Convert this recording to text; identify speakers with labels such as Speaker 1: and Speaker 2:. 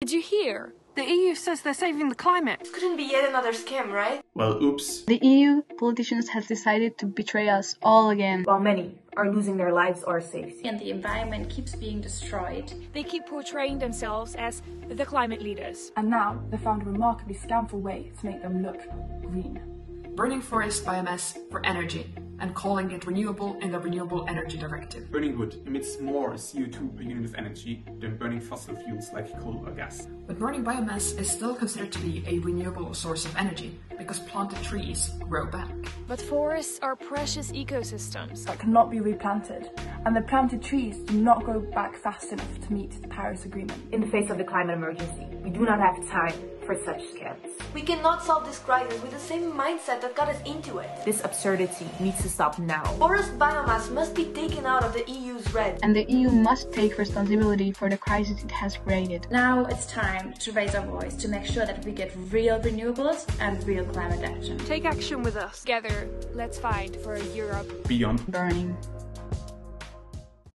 Speaker 1: Did you hear?
Speaker 2: The EU says they're saving the climate.
Speaker 3: Couldn't be yet another scam, right?
Speaker 4: Well, oops.
Speaker 5: The EU politicians have decided to betray us all again.
Speaker 6: While many are losing their lives or safety.
Speaker 7: And the environment keeps being destroyed.
Speaker 1: They keep portraying themselves as the climate leaders.
Speaker 8: And now they found a remarkably scamful way to make them look green.
Speaker 9: Burning forest biomass for energy and calling it renewable in the Renewable Energy Directive.
Speaker 4: Burning wood emits more CO2 per unit of energy than burning fossil fuels like coal or gas.
Speaker 9: But burning biomass is still considered to be a renewable source of energy because planted trees grow back.
Speaker 1: But forests are precious ecosystems
Speaker 8: that cannot be replanted, and the planted trees do not grow back fast enough to meet the Paris Agreement.
Speaker 6: In the face of the climate emergency, we do not have time for such scams.
Speaker 3: We cannot solve this crisis with the same mindset that got us into it.
Speaker 6: This absurdity needs to stop now.
Speaker 3: Forest biomass must be taken out of the EU's red.
Speaker 5: And the EU must take responsibility for the crisis it has created.
Speaker 7: Now it's time to raise our voice to make sure that we get real renewables and real climate action.
Speaker 2: Take action with us.
Speaker 1: Together, let's fight for a Europe
Speaker 4: beyond
Speaker 5: burning.